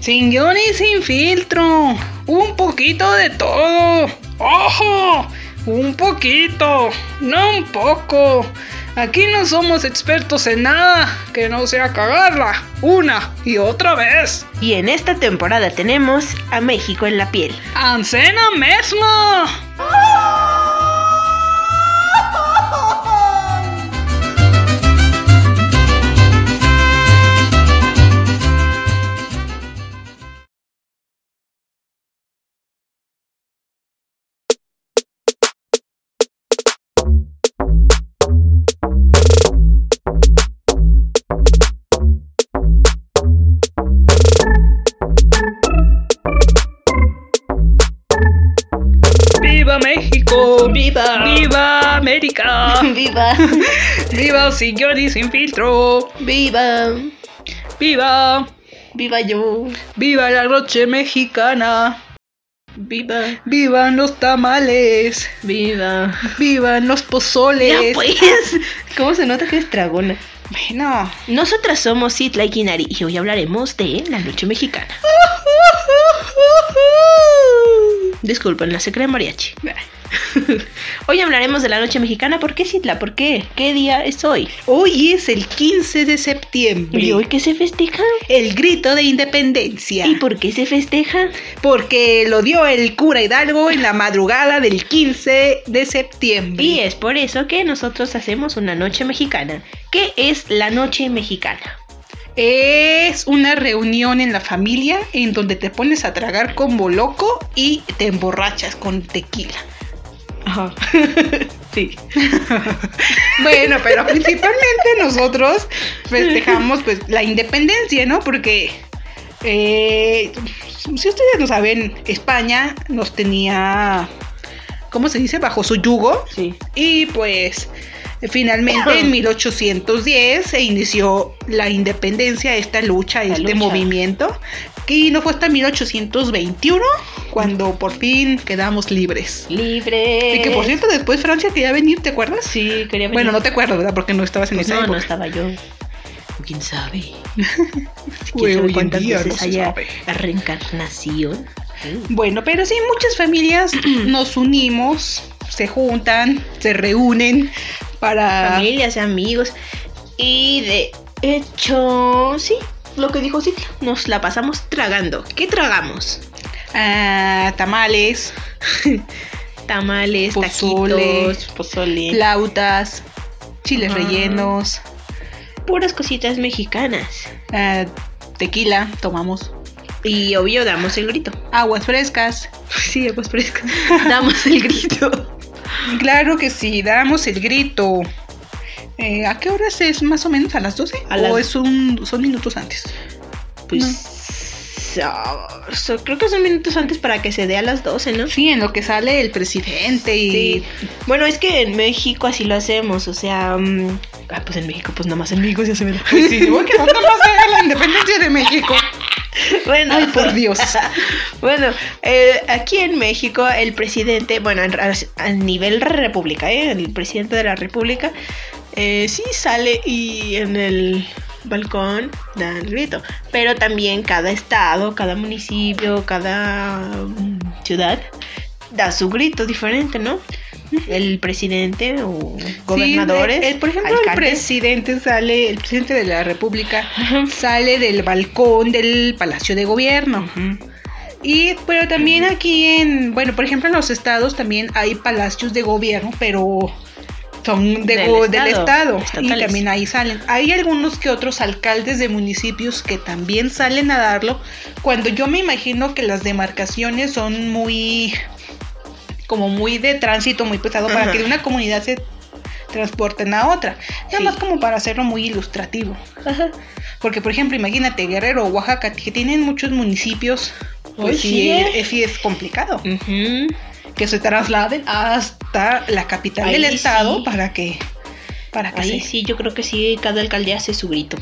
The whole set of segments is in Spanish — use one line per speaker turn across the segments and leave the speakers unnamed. Sin guión y sin filtro. Un poquito de todo. ¡Ojo! Un poquito, no un poco. Aquí no somos expertos en nada que no sea cagarla una y otra vez.
Y en esta temporada tenemos a México en la piel.
¡Ancena mesma! ¡Viva México!
¡Viva!
¡Viva América!
¡Viva!
¡Viva sin guión y sin filtro!
¡Viva!
¡Viva!
¡Viva yo!
¡Viva la noche mexicana!
¡Viva!
¡Vivan los tamales!
¡Viva!
¡Vivan los
Ya
pozoles!
pues, ¿cómo se nota que es dragona?
Bueno,
Nosotras somos Itla y Kinari y hoy hablaremos de la noche mexicana. Disculpen, la secreta mariachi. Hoy hablaremos de la noche mexicana. ¿Por qué Citla? ¿Por qué? ¿Qué día es hoy?
hoy es el 15 de septiembre.
¿Y hoy qué se festeja?
El grito de independencia.
¿Y por qué se festeja?
Porque lo dio el cura Hidalgo en la madrugada del 15 de septiembre.
Y es por eso que nosotros hacemos una noche mexicana. ¿Qué es la noche mexicana?
Es una reunión en la familia en donde te pones a tragar como loco y te emborrachas con tequila.
Ajá. sí.
Bueno, pero principalmente nosotros festejamos pues la independencia, ¿no? Porque eh, si ustedes lo saben, España nos tenía, ¿cómo se dice? Bajo su yugo.
Sí.
Y pues finalmente en 1810 se inició la independencia, esta lucha,
La
este
lucha.
movimiento. Y no fue hasta 1821 cuando por fin quedamos libres.
Libre.
Y que por cierto después Francia quería venir, ¿te acuerdas?
Sí, quería venir.
Bueno, no te acuerdas, ¿verdad? Porque no estabas en
Pues
esa
no, no
época.
estaba yo. ¿Quién sabe?
Güey,
¿Quién
hoy
sabe
en
cuántas
día no
veces
se
haya
sabe.
la reencarnación?
Bueno, pero sí, muchas familias nos unimos, se juntan, se reúnen para...
Familias, amigos. Y de hecho, sí, lo que dijo Citla. Nos la pasamos tragando. ¿Qué tragamos?
ah, tamales,
Tamales,
Pozole.
taquitos, pozole.
flautas, chiles
Ajá.
rellenos.
Puras cositas mexicanas.
Ah, tequila, tomamos
Y obvio, damos el grito.
aguas frescas.
Sí, pues fresca. Damos el grito.
Claro que sí, damos el grito. Eh, ¿A qué horas es más o menos? ¿A las 12? ¿O
A las-
es un, son minutos antes?
Pues. ah, so- creo que son minutos antes para que se dé a las 12, ¿no?
Sí, en lo que sale el presidente y...
Sí. Bueno, es que en México así lo hacemos, o sea, mm, ah, pues en México, pues nada más en México se hace ¿verdad?
Pues sí, digo que nunca más era la independencia de México.
Bueno,
Ay, por Dios.
bueno, eh, aquí en México el presidente, bueno, en- a, a nivel república, ¿eh? el presidente de la república, eh, sí sale y en el balcón da el grito, pero también cada estado, cada municipio, cada mm, ciudad da su grito diferente, ¿no? El presidente o gobernadores,
Sí, el- el- por ejemplo, el
alcaldes.
presidente sale, el presidente de la República
Ajá.
sale del balcón del Palacio de Gobierno. Y pero también aquí en, bueno, por ejemplo en los estados también hay palacios de gobierno, pero son de
Del
go- del
estado,
estado, y
estatales.
también ahí salen. Hay algunos que otros alcaldes de municipios que también salen a darlo, cuando yo me imagino que las demarcaciones son muy, como muy de tránsito, muy pesado, para
Ajá.
que de una comunidad se transporten a otra. Nada
Sí.
más como para hacerlo muy ilustrativo.
Ajá.
Porque, por ejemplo, imagínate Guerrero o Oaxaca, que tienen muchos municipios,
Oye,
pues sí,
¿eh?
es, sí es complicado
Ujú.
que se trasladen hasta la capital
Ahí
del
sí.
estado para que para que
Ahí
se-
sí, yo creo que sí, cada alcaldía hace su grito.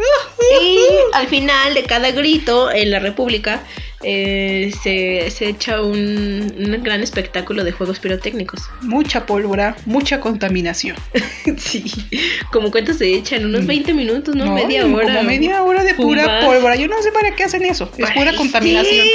Y al final de cada grito en la República eh, se, se echa un, un gran espectáculo de juegos pirotécnicos.
Mucha pólvora, mucha contaminación.
Sí, como cuánto se echan, unos 20 minutos, ¿no? media hora.
Mm. Como media hora de pura
Fumar.
pólvora. Yo no sé para qué hacen eso. Es pura
Ay,
contaminación.
sí.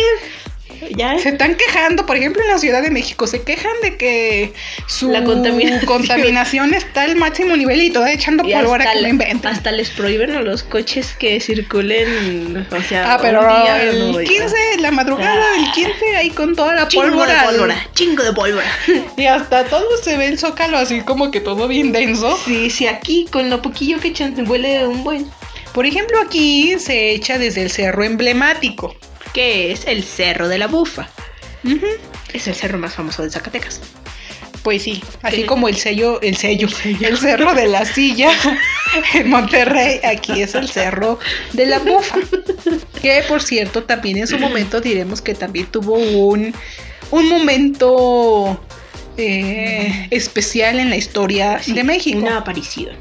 Ya.
Se están quejando, por ejemplo, en la Ciudad de México, se quejan de que su
La contaminación.
contaminación está al máximo nivel y todavía echando
Y
pólvora que
le-
lo inventan.
hasta les prohíben a los coches que circulen, o sea,
Ah, pero
un día,
el
no,
15, la madrugada del 15, ahí con toda la
chingo
pólvora.
de pólvora, chingo de pólvora.
Y hasta todo se ve el zócalo así como que todo bien denso.
Sí, sí, aquí con lo poquillo que echan huele un buen.
Por ejemplo, aquí se echa desde el cerro emblemático.
Que es el Cerro de la Bufa.
Ujú.
Es el cerro más famoso de Zacatecas.
Pues sí, así
Sí.
como el sello, el sello, el cerro de la silla en Monterrey, aquí es el cerro de la bufa. Que por cierto, también en su momento diremos que también tuvo un, un momento eh, especial en la historia
Sí,
de México.
Una aparición.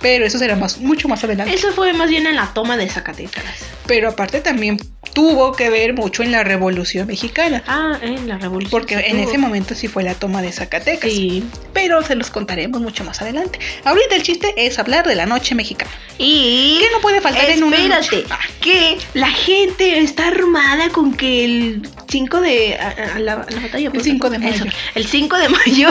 Pero eso será más, mucho más adelante.
Eso fue más bien en la toma de Zacatecas.
Pero aparte también tuvo que ver mucho en la Revolución Mexicana.
Ah, en la revolución.
Porque en ese
momento.
momento sí fue la toma de Zacatecas.
Sí.
pero se los contaremos mucho más adelante. Ahorita el chiste es hablar de la noche mexicana.
Y.
¿Qué no puede faltar en una
Espérate,
noche? Ah,
que la gente está armada con que el 5 de. a- a- la, la batalla. pues,
5 de mayo.
eso, el 5 de mayo.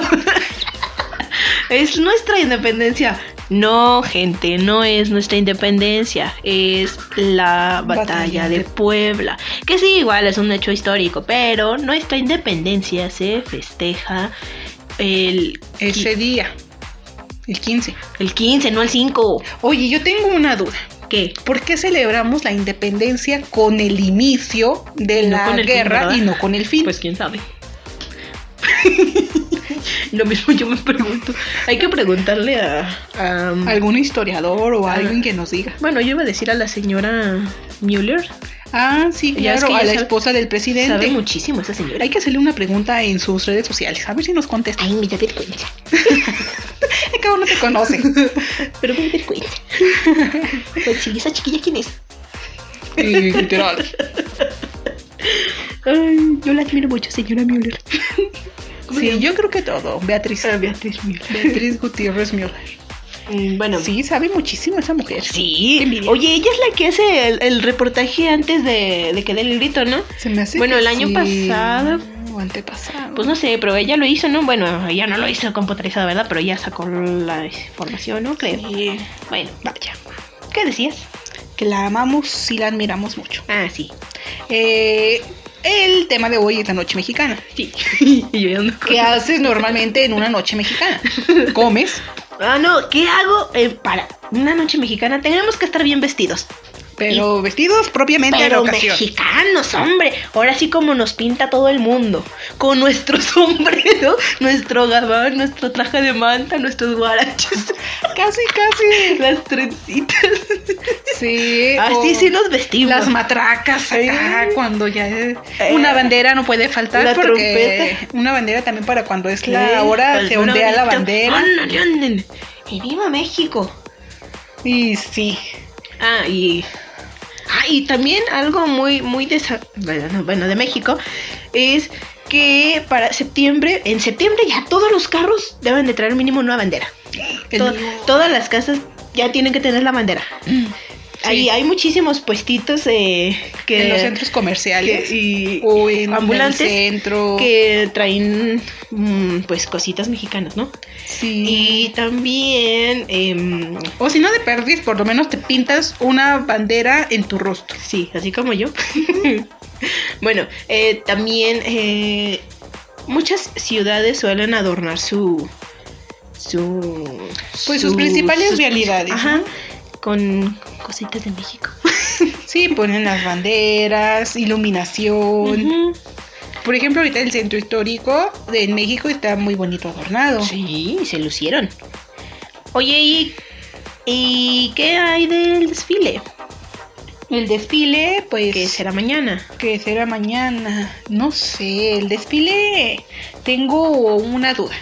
es nuestra independencia. No, gente, no es nuestra independencia. Es la batalla,
Batalla
de
de-
Puebla. Que sí, igual es un hecho histórico, pero nuestra independencia se festeja el,
Ese día, el 15.
el 15, no el 5.
Oye, yo tengo una duda.
¿Qué?
¿Por qué celebramos la independencia con el inicio de
Y no
la
con el fin,
guerra
¿verdad?
y no con el fin?
Pues quién sabe. Lo mismo yo me pregunto. Hay que preguntarle a. a-
algún historiador o
Ah.
alguien que nos diga.
bueno, yo iba a decir a la señora Mueller.
Ah, sí,
Ya es
claro,
que
a
ya
la
sabe-
esposa del
Sabe
presidente.
muchísimo esa señora.
Hay que hacerle una pregunta en sus redes sociales, a ver si nos contesta.
Ay, me da vergüenza.
Ay, cabrón, no te conoce.
Pero me da vergüenza. Pues sí, esa chiquilla quién es.
Y literal.
Ay, yo la admiro mucho, señora Mueller. ¿Cómo se
Sí,
llama?
yo creo que todo. Beatriz.
Ah, Beatriz Müller.
Beatriz Gutiérrez Müller.
Mm, Bueno,
Sí, sabe muchísimo esa mujer.
Sí.
Qué envidia.
Oye, ella es la que hace el, el reportaje antes de, de que dé el grito, ¿no?
Se me hace
Bueno,
que
el año
sí,
pasado-
O antepasado.
Pues no sé, pero ella lo hizo, ¿no? Bueno, ella no lo hizo computarizada, ¿verdad? Pero ella sacó la información, ¿no? Creo.
Sí.
Bueno, vaya. ¿Qué decías?
Que la amamos y la admiramos mucho.
Ah, sí.
Eh, el tema de hoy es la noche mexicana.
Sí. y yo ya ando con-
¿Qué haces normalmente en una noche mexicana? Comes,
Ah, no, ¿qué hago eh, para una noche mexicana? Tenemos que estar bien vestidos.
pero vestidos propiamente de
Pero
ocasión.
mexicanos, hombre. Ahora sí como nos pinta todo el mundo. Con nuestro sombrero, nuestro gabán, nuestro traje de manta, nuestros guaraches,
Casi, casi.
las trencitas.
Sí.
Así
Eh, o
sí nos vestimos.
Las matracas acá,
Eh.
cuando ya es- Una bandera no puede faltar
La
porque una bandera también para cuando es la hora
Pues
se ondea la bandera.
¡Ándale, ándale! ¡Y viva México!
Y sí.
Ah, y. Ah, y también algo muy, muy de. esa- Bueno, no, bueno, de México. Es que para septiembre. En septiembre ya todos los carros deben de traer mínimo una bandera.
el-
To- todas las casas ya tienen que tener la bandera.
Mm.
Ahí hay muchísimos puestitos eh, que.
en los Oh. centros comerciales
que- y-
o en
ambulantes
el centro.
que traen mm, pues cositas mexicanas, ¿no?
Sí.
Y también, em,
O si no te perdís, por lo menos te pintas una bandera en tu rostro.
sí, así como yo. bueno, eh, también eh, muchas ciudades suelen adornar su... su
Pues sus principales
sus-
realidades,
Ajá, con cositas de México.
Sí, ponen las banderas, iluminación.
Ujú.
Por ejemplo, ahorita el centro histórico de México está muy bonito adornado.
Sí, se lucieron. Oye, ¿y, ¿y qué hay del desfile?
El desfile, pues.
Que será mañana.
que será mañana. No sé, el desfile. Tengo una duda.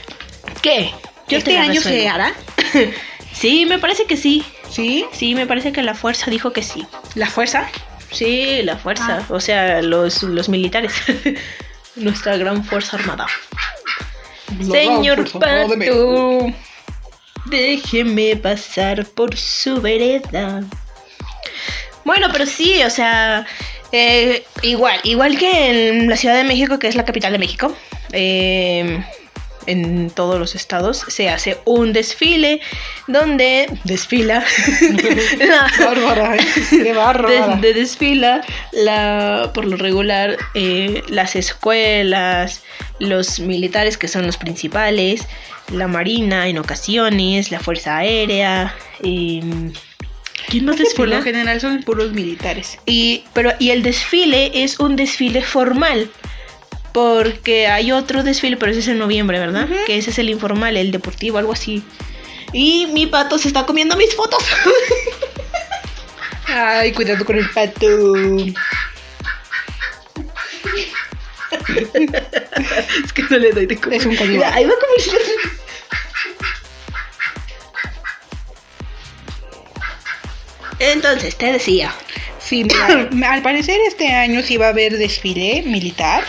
¿Qué? Yo
¿Este
te la
año
resuelvo.
se hará?
Sí, me parece que sí.
¿Sí?
Sí, me parece que la fuerza dijo que sí.
¿La fuerza?
Sí, la
Ah.
fuerza, o sea, los, los militares. Nuestra gran fuerza armada.
La
Señor
Fuerza Armada de México.
Pato, déjeme pasar por su vereda. Bueno, pero sí, o sea, eh, igual, igual que en la Ciudad de México, que es la capital de México, eh, en todos los estados se hace un desfile donde desfila la-
Bárbara, ¿eh? Qué bárbara.
de, de desfila la, por lo regular eh, las escuelas, los militares que son los principales, la marina en ocasiones, la fuerza aérea. em, ¿Quién más
Por
desfila?
lo general son puros militares.
Y, pero, y el desfile es un desfile formal. Porque hay otro desfile, pero ese es en noviembre, ¿verdad?
Ujú.
Que ese es el informal, el deportivo, algo así. Y mi pato se está comiendo mis fotos.
Ay, cuidado con el pato.
es que no le doy de comer.
Es un caníbal.
Mira, Ahí va a comer. Entonces, te decía.
Sí, mira, al parecer este año sí va a haber desfile militar.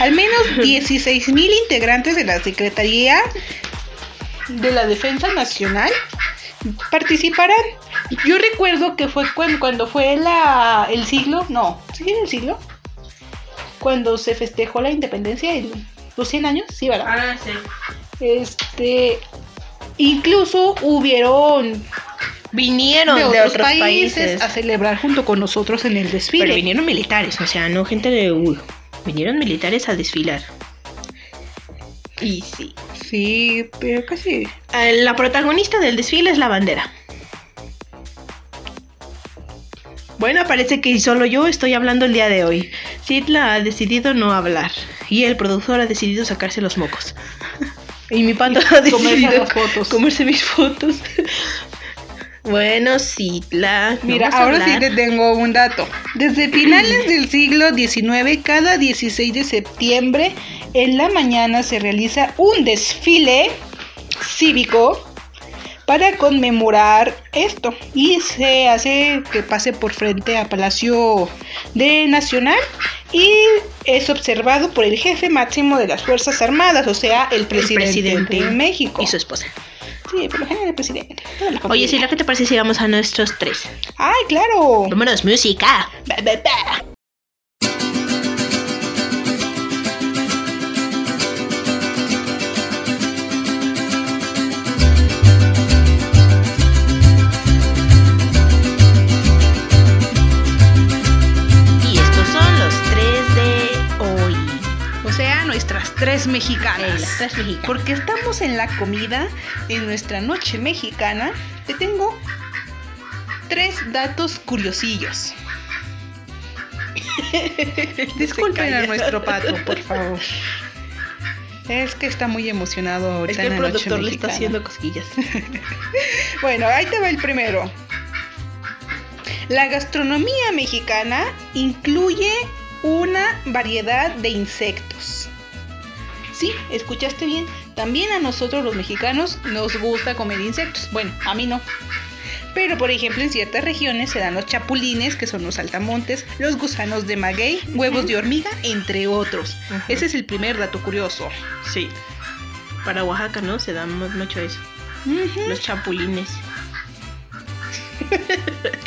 Al menos 16 mil integrantes de la Secretaría de la Defensa Nacional participarán. Yo recuerdo que fue cuan- cuando fue la, el siglo, no, ¿sí era el siglo? Cuando se festejó la independencia, el- los 100 años, sí, ¿verdad?
Ah, sí.
Este, incluso hubieron
Vinieron
de otros, países, a celebrar junto con nosotros en el desfile.
Pero vinieron militares, o sea, no gente de uy, Vinieron militares a desfilar. Y sí.
Sí, pero casi.
Eh, La protagonista del desfile es la bandera. Bueno, parece que solo yo estoy hablando el día de hoy. Sidla ha decidido no hablar. Y el productor ha decidido sacarse los mocos. Y mi pato ha
Y comerse
decidido
las fotos.
comerse mis fotos. Bueno, Sidla.
Mira,
vamos a
ahora sí
hablar.
te tengo un dato. Desde finales del siglo XIX, cada 16 de septiembre, en la mañana se realiza un desfile cívico para conmemorar esto. Y se hace que pase por frente a Palacio de Nacional y es observado por el jefe máximo de las Fuerzas Armadas, o sea, el presidente, de México.
Y su esposa.
Sí, por lo general el presidente. toda la
Oye,
familia.
Sidla, ¿qué te parece si vamos a nuestros tres?
¡Ay, claro!
Vámonos, música.
Ba, ba, ba.
Y estos son los tres de hoy.
O sea, nuestras tres
Ey, las
mexicanas.
tres mexicanas.
Porque estamos en la comida, en nuestra noche mexicana. Te tengo tres datos curiosillos. Disculpen a
calles.
nuestro pato, por favor. Es que está muy emocionado ahorita
Es que
en
el
la noche
productor le está
mexicana.
haciendo cosquillas.
Bueno, ahí te va el primero. La gastronomía mexicana incluye una variedad de insectos. Sí, escuchaste bien. También a nosotros los mexicanos nos gusta comer insectos. Bueno, a mí no. Pero por ejemplo en ciertas regiones se dan los chapulines, que son los saltamontes, los gusanos de maguey, huevos de hormiga, entre otros.
Ajá.
Ese es el primer dato curioso.
Sí. Para Oaxaca, ¿no? Se da mu- mucho eso. Los chapulines.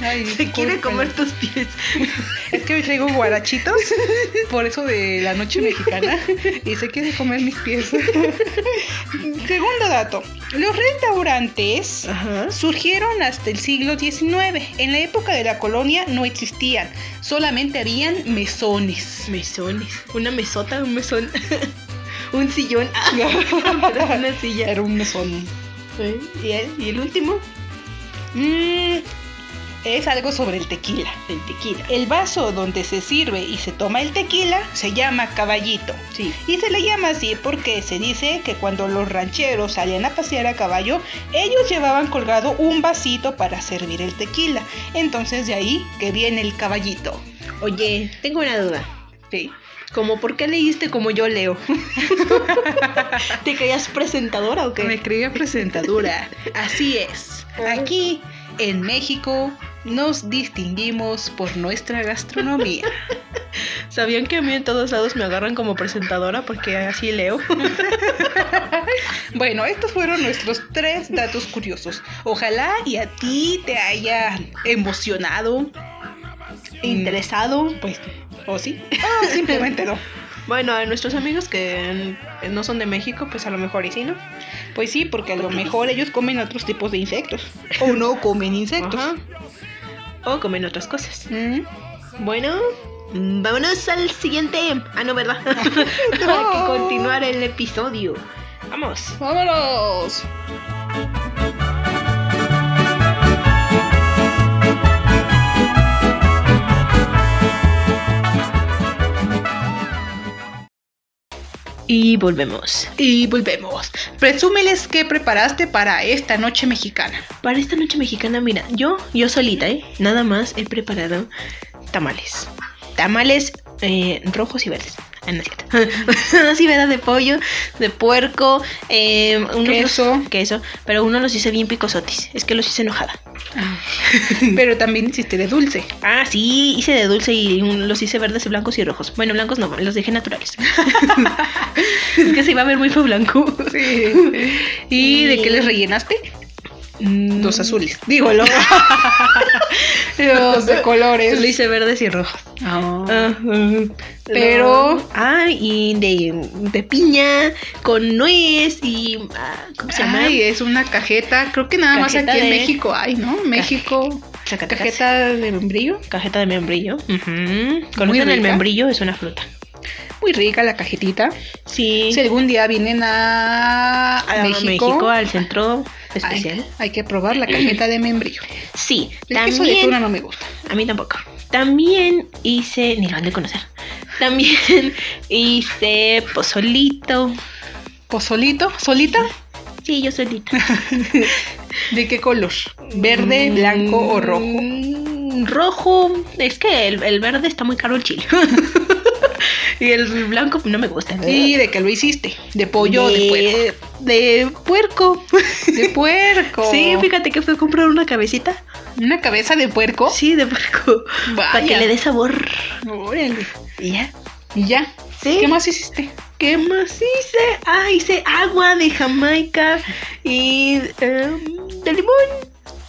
Ay,
Se quiere
discúlpenme.
comer tus pies.
Es que hoy traigo guarachitos, por eso de la noche mexicana, y se quiere comer mis pies. Segundo dato, los restaurantes
Ajá.
surgieron hasta el siglo XIX. En la época de la colonia no existían, solamente habían mesones.
Mesones. Una mesota, un mesón. un sillón. Ah, era una silla.
Era un mesón.
¿eh? ¿Y el, y el último,
Mm, es algo sobre el tequila.
el tequila.
El vaso donde se sirve y se toma el tequila se llama caballito.
Sí.
Y se le llama así porque se dice que cuando los rancheros salían a pasear a caballo, ellos llevaban colgado un vasito para servir el tequila. Entonces de ahí que viene el caballito.
Oye, tengo una duda.
Sí.
Como, ¿por qué leíste como yo leo? ¿Te creías presentadora o qué?
escribía presentadura. Así es. Aquí en México nos distinguimos por nuestra gastronomía.
¿Sabían que a mí en todos lados me agarran como presentadora porque así leo?
Bueno, estos fueron nuestros tres datos curiosos. Ojalá y a ti te haya emocionado,
Interesado.
pues, o sí, o simplemente no.
Bueno, a nuestros amigos que mm, no son de México, pues a lo mejor y sí, ¿no?
Pues sí, porque a lo mejor ellos comen otros tipos de insectos. O no comen insectos.
Ajá. O comen otras cosas.
Mm.
Bueno, mm, vámonos al siguiente. Ah, no, ¿verdad? Hay que
No.
continuar el episodio. Vamos.
¡Vámonos!
Y volvemos.
Y volvemos. Presúmeles qué preparaste para esta noche mexicana.
Para esta noche mexicana, mira, yo, yo solita, ¿eh? Nada más he preparado tamales. Tamales eh, rojos y verdes. Ah, no es cierto. Así, ¿verdad? De pollo, de puerco, eh, unos-
Queso.
queso. Pero uno los hice bien picosotis. Es que los hice enojada.
Ah. Pero también hiciste de dulce.
Ah, sí, hice de dulce y un- los hice verdes, blancos y rojos. Bueno, blancos no, los dejé naturales. es que se iba a ver muy feo blanco.
¿Y de qué les rellenaste? Los azules. Digo, los, los de colores.
Los hice verdes y rojos.
Ah.
Ah, ah,
Pero-
no. Ah, y de, de piña con nuez y. ah, ¿Cómo se llama?
Ay, es una cajeta. Creo que nada más
Cajeta
aquí en
de-
México hay, ¿no? México.
Zacatecas.
Cajeta de membrillo.
Cajeta de membrillo.
Muy
Conocen el
rica.
membrillo, es una fruta.
Muy rica la cajetita.
Sí.
Si algún día vienen a, a
A México,
México,
al centro
hay,
especial.
hay que probar la cajeta de membrillo.
Sí,
El queso de tuna
también.
no me gusta.
A mí tampoco. También hice. Ni lo han de conocer. También hice pozolito.
¿Pozolito? ¿Solita?
Sí, yo solita.
¿De qué color? ¿Verde,
Mm,
blanco o rojo?
Rojo, es que el, el verde está muy caro el chile. y el blanco no me gusta. ¿eh?
¿Y de qué lo hiciste? ¿De pollo o de puerco?
de, de puerco.
De puerco.
Sí, fíjate que fue a comprar una cabecita.
¿Una cabeza de puerco?
Sí, de puerco.
Vaya.
Para que le dé sabor.
Órale.
Y ya.
¿Y ya?
Sí.
¿Qué más hiciste?
¿Qué más hice? Ah, hice agua de Jamaica y em, de limón.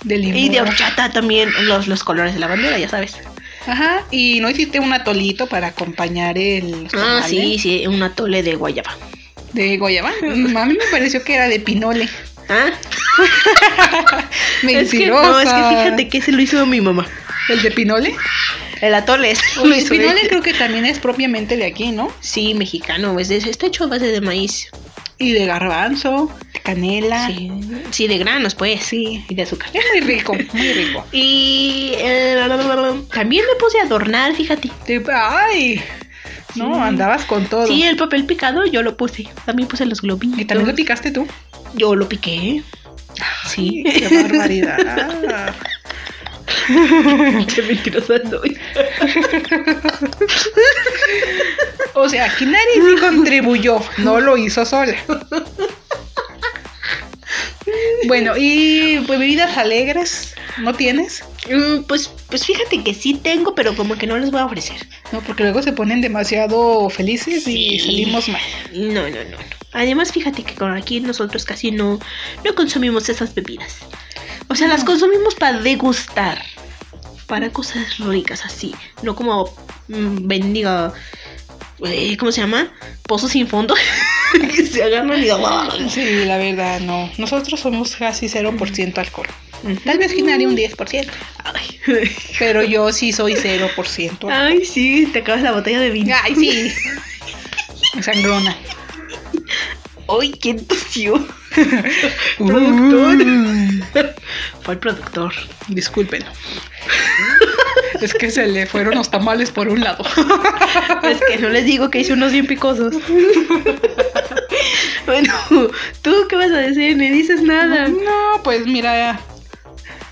De limón.
Y de horchata también. Los, los colores de la bandera, ya sabes.
Ajá. ¿Y no hiciste un atolito para acompañar el
Ah,
tamales
sí, sí, un atole de guayaba.
de guayaba? A mí me pareció que era de pinole.
Ah, es que,
Mentirosa.
no, es que fíjate que se lo hizo mi mamá.
¿El de pinole?
El atole es
El de pinole creo que también es propiamente de aquí, ¿no?
Sí, mexicano, es de- está hecho a base de maíz.
Y de garbanzo, de canela.
Sí, sí, de granos, pues. Sí, y de azúcar.
Es muy rico, muy rico.
Y eh, también me puse a adornar, fíjate.
Te- Ay, no,
Sí.
andabas con todo.
Sí, el papel picado yo lo puse. También puse los globitos.
y también lo picaste tú.
Yo lo piqué. Sí.
Ay, Qué barbaridad.
Qué mentirosa soy.
O sea, aquí nadie sí contribuyó, no lo hizo sola. Bueno, y pues bebidas alegres, ¿no tienes?
Mm, Pues, pues fíjate que sí tengo, pero como que no les voy a ofrecer.
No, porque luego se ponen demasiado felices y
Sí.
salimos mal.
No, no, no. no. Además, fíjate que con aquí nosotros casi no, no consumimos esas bebidas. O sea, las
No.
consumimos para degustar. Para cosas ricas así. No como mm, bendiga. eh, ¿Cómo se llama? Pozo sin fondo. que se agarran y. ¡ah!
Sí, la verdad, no. Nosotros somos casi 0% alcohol. Tal vez Ginari un 10%,
Ay.
pero yo sí soy 0% alcohol.
Ay, sí, te acabas la botella de vino.
Ay, sí. Sangrona.
Ay, qué entusión. Productor. Fue el productor.
Mm, Discúlpenlo. es que se le fueron los tamales por un lado.
Es que no les digo que hice unos bien picosos. bueno, ¿tú qué vas a decir? Ni dices nada.
No, pues mira,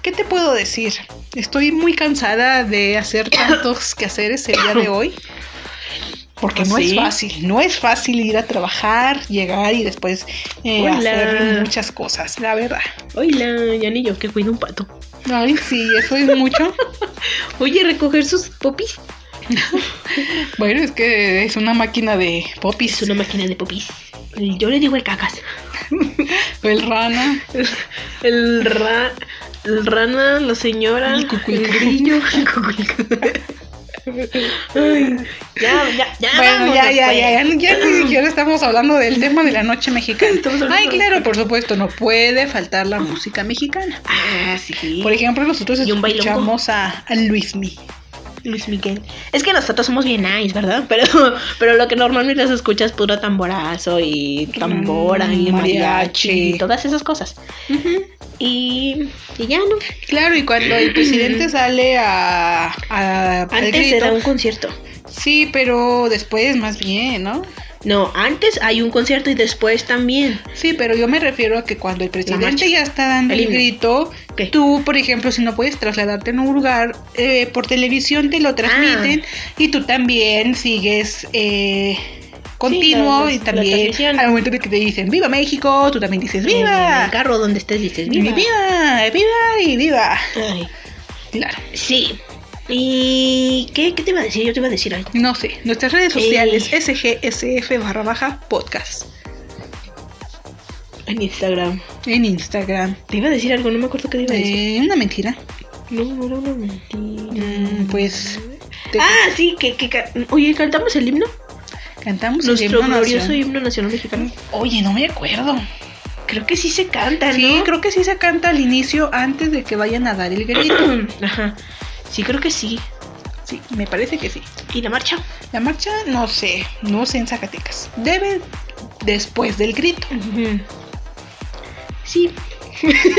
¿qué te puedo decir? Estoy muy cansada de hacer tantos quehaceres el día de hoy. Porque no es
¿Ah, ¿Sí?
fácil, no es fácil ir a trabajar, llegar y después eh,
Hola.
hacer muchas cosas, la verdad.
Hola, ya ni yo que cuido un pato.
Ay, sí, eso es mucho.
Oye, recoger sus popis.
Bueno, es que es una máquina de
Es
popis.
una máquina de popis. Yo le digo el cacas.
El rana.
El, ra el rana, la señora,
El cuculcán.
grillo, el cuculcán. Ay, ya, ya, ya.
Bueno, ya,
vámonos,
ya,
pues.
ya, ya, ya ni siquiera estamos hablando del tema de la noche mexicana.
Estamos hablando
Ay,
de-
claro, por supuesto, no puede faltar la música mexicana.
Ah, sí.
Por ejemplo, nosotros
Y un bailongo.
escuchamos a, a Luismi.
Luis Miguel. Es que nosotros somos bien nice, ¿verdad? Pero, pero lo que normalmente se escucha es puro tamborazo y tambora y
Mm, mariachi.
mariachi y todas esas cosas. Y, y ya, ¿no?
Claro, y cuando el presidente sale a, a al
Antes
grito-
era un concierto.
Sí, pero después más bien, ¿no?
No, antes hay un concierto y después también.
Sí, pero yo me refiero a que cuando el
marcha.
presidente ya está dando
El
el,
himno.
grito,
¿Qué?
tú, por ejemplo, si no puedes trasladarte a un lugar eh, por televisión, te lo transmiten
Ah.
y tú también sigues eh, continuo
la-
y
la
también
transmisión.
al momento de que te dicen ¡Viva México! Tú también dices
En el
¡Viva!
carro donde estés dices,
Y ¡Viva!
viva.
¡Viva! ¡Y viva!
Ay,
Claro.
sí. ¿Y qué, qué te iba a decir? Yo te iba a decir algo.
No sé, nuestras redes sociales,
Eh.
SGSF barra baja podcast,
En Instagram.
en Instagram.
Te iba a decir algo, no me acuerdo qué te iba a decir.
Eh, una mentira.
No, no era una mentira.
Mm, pues... te-
Ah, sí, que, que ca- oye, cantamos el himno.
Cantamos el
Nuestro
himno
glorioso
nacional.
himno nacional Mm. mexicano.
Oye, no me acuerdo.
Creo que sí se canta,
Sí,
¿no?
creo que sí se canta al inicio antes de que vayan a dar el grito.
Ajá. Sí, creo que sí.
Sí, me parece que sí.
¿Y la marcha?
La marcha, no sé, no sé en Zacatecas. Debe después del grito.
Sí.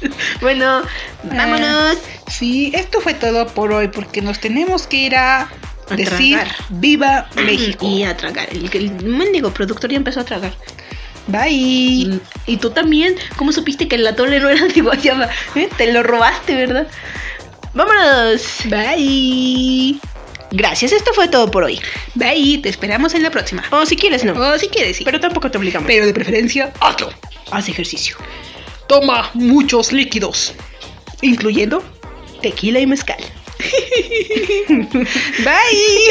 Ah. bueno, vámonos.
Ah, Sí, esto fue todo por hoy porque nos tenemos que ir a,
A
decir
tragar.
viva México.
Y a tragar. El, el mendigo productor ya empezó a tragar. Mm.
Bye.
Y, y tú también. ¿Cómo supiste que el atole no era de guayaba? ¿Eh? Te lo robaste, ¿verdad? Vámonos.
Bye.
Gracias, esto fue todo por hoy.
Bye, te esperamos en la próxima.
O si quieres, no.
O si quieres, sí.
Pero tampoco te obligamos.
Pero de preferencia, hazlo.
Haz ejercicio.
Toma muchos líquidos, incluyendo
Tequila y mezcal.
Bye.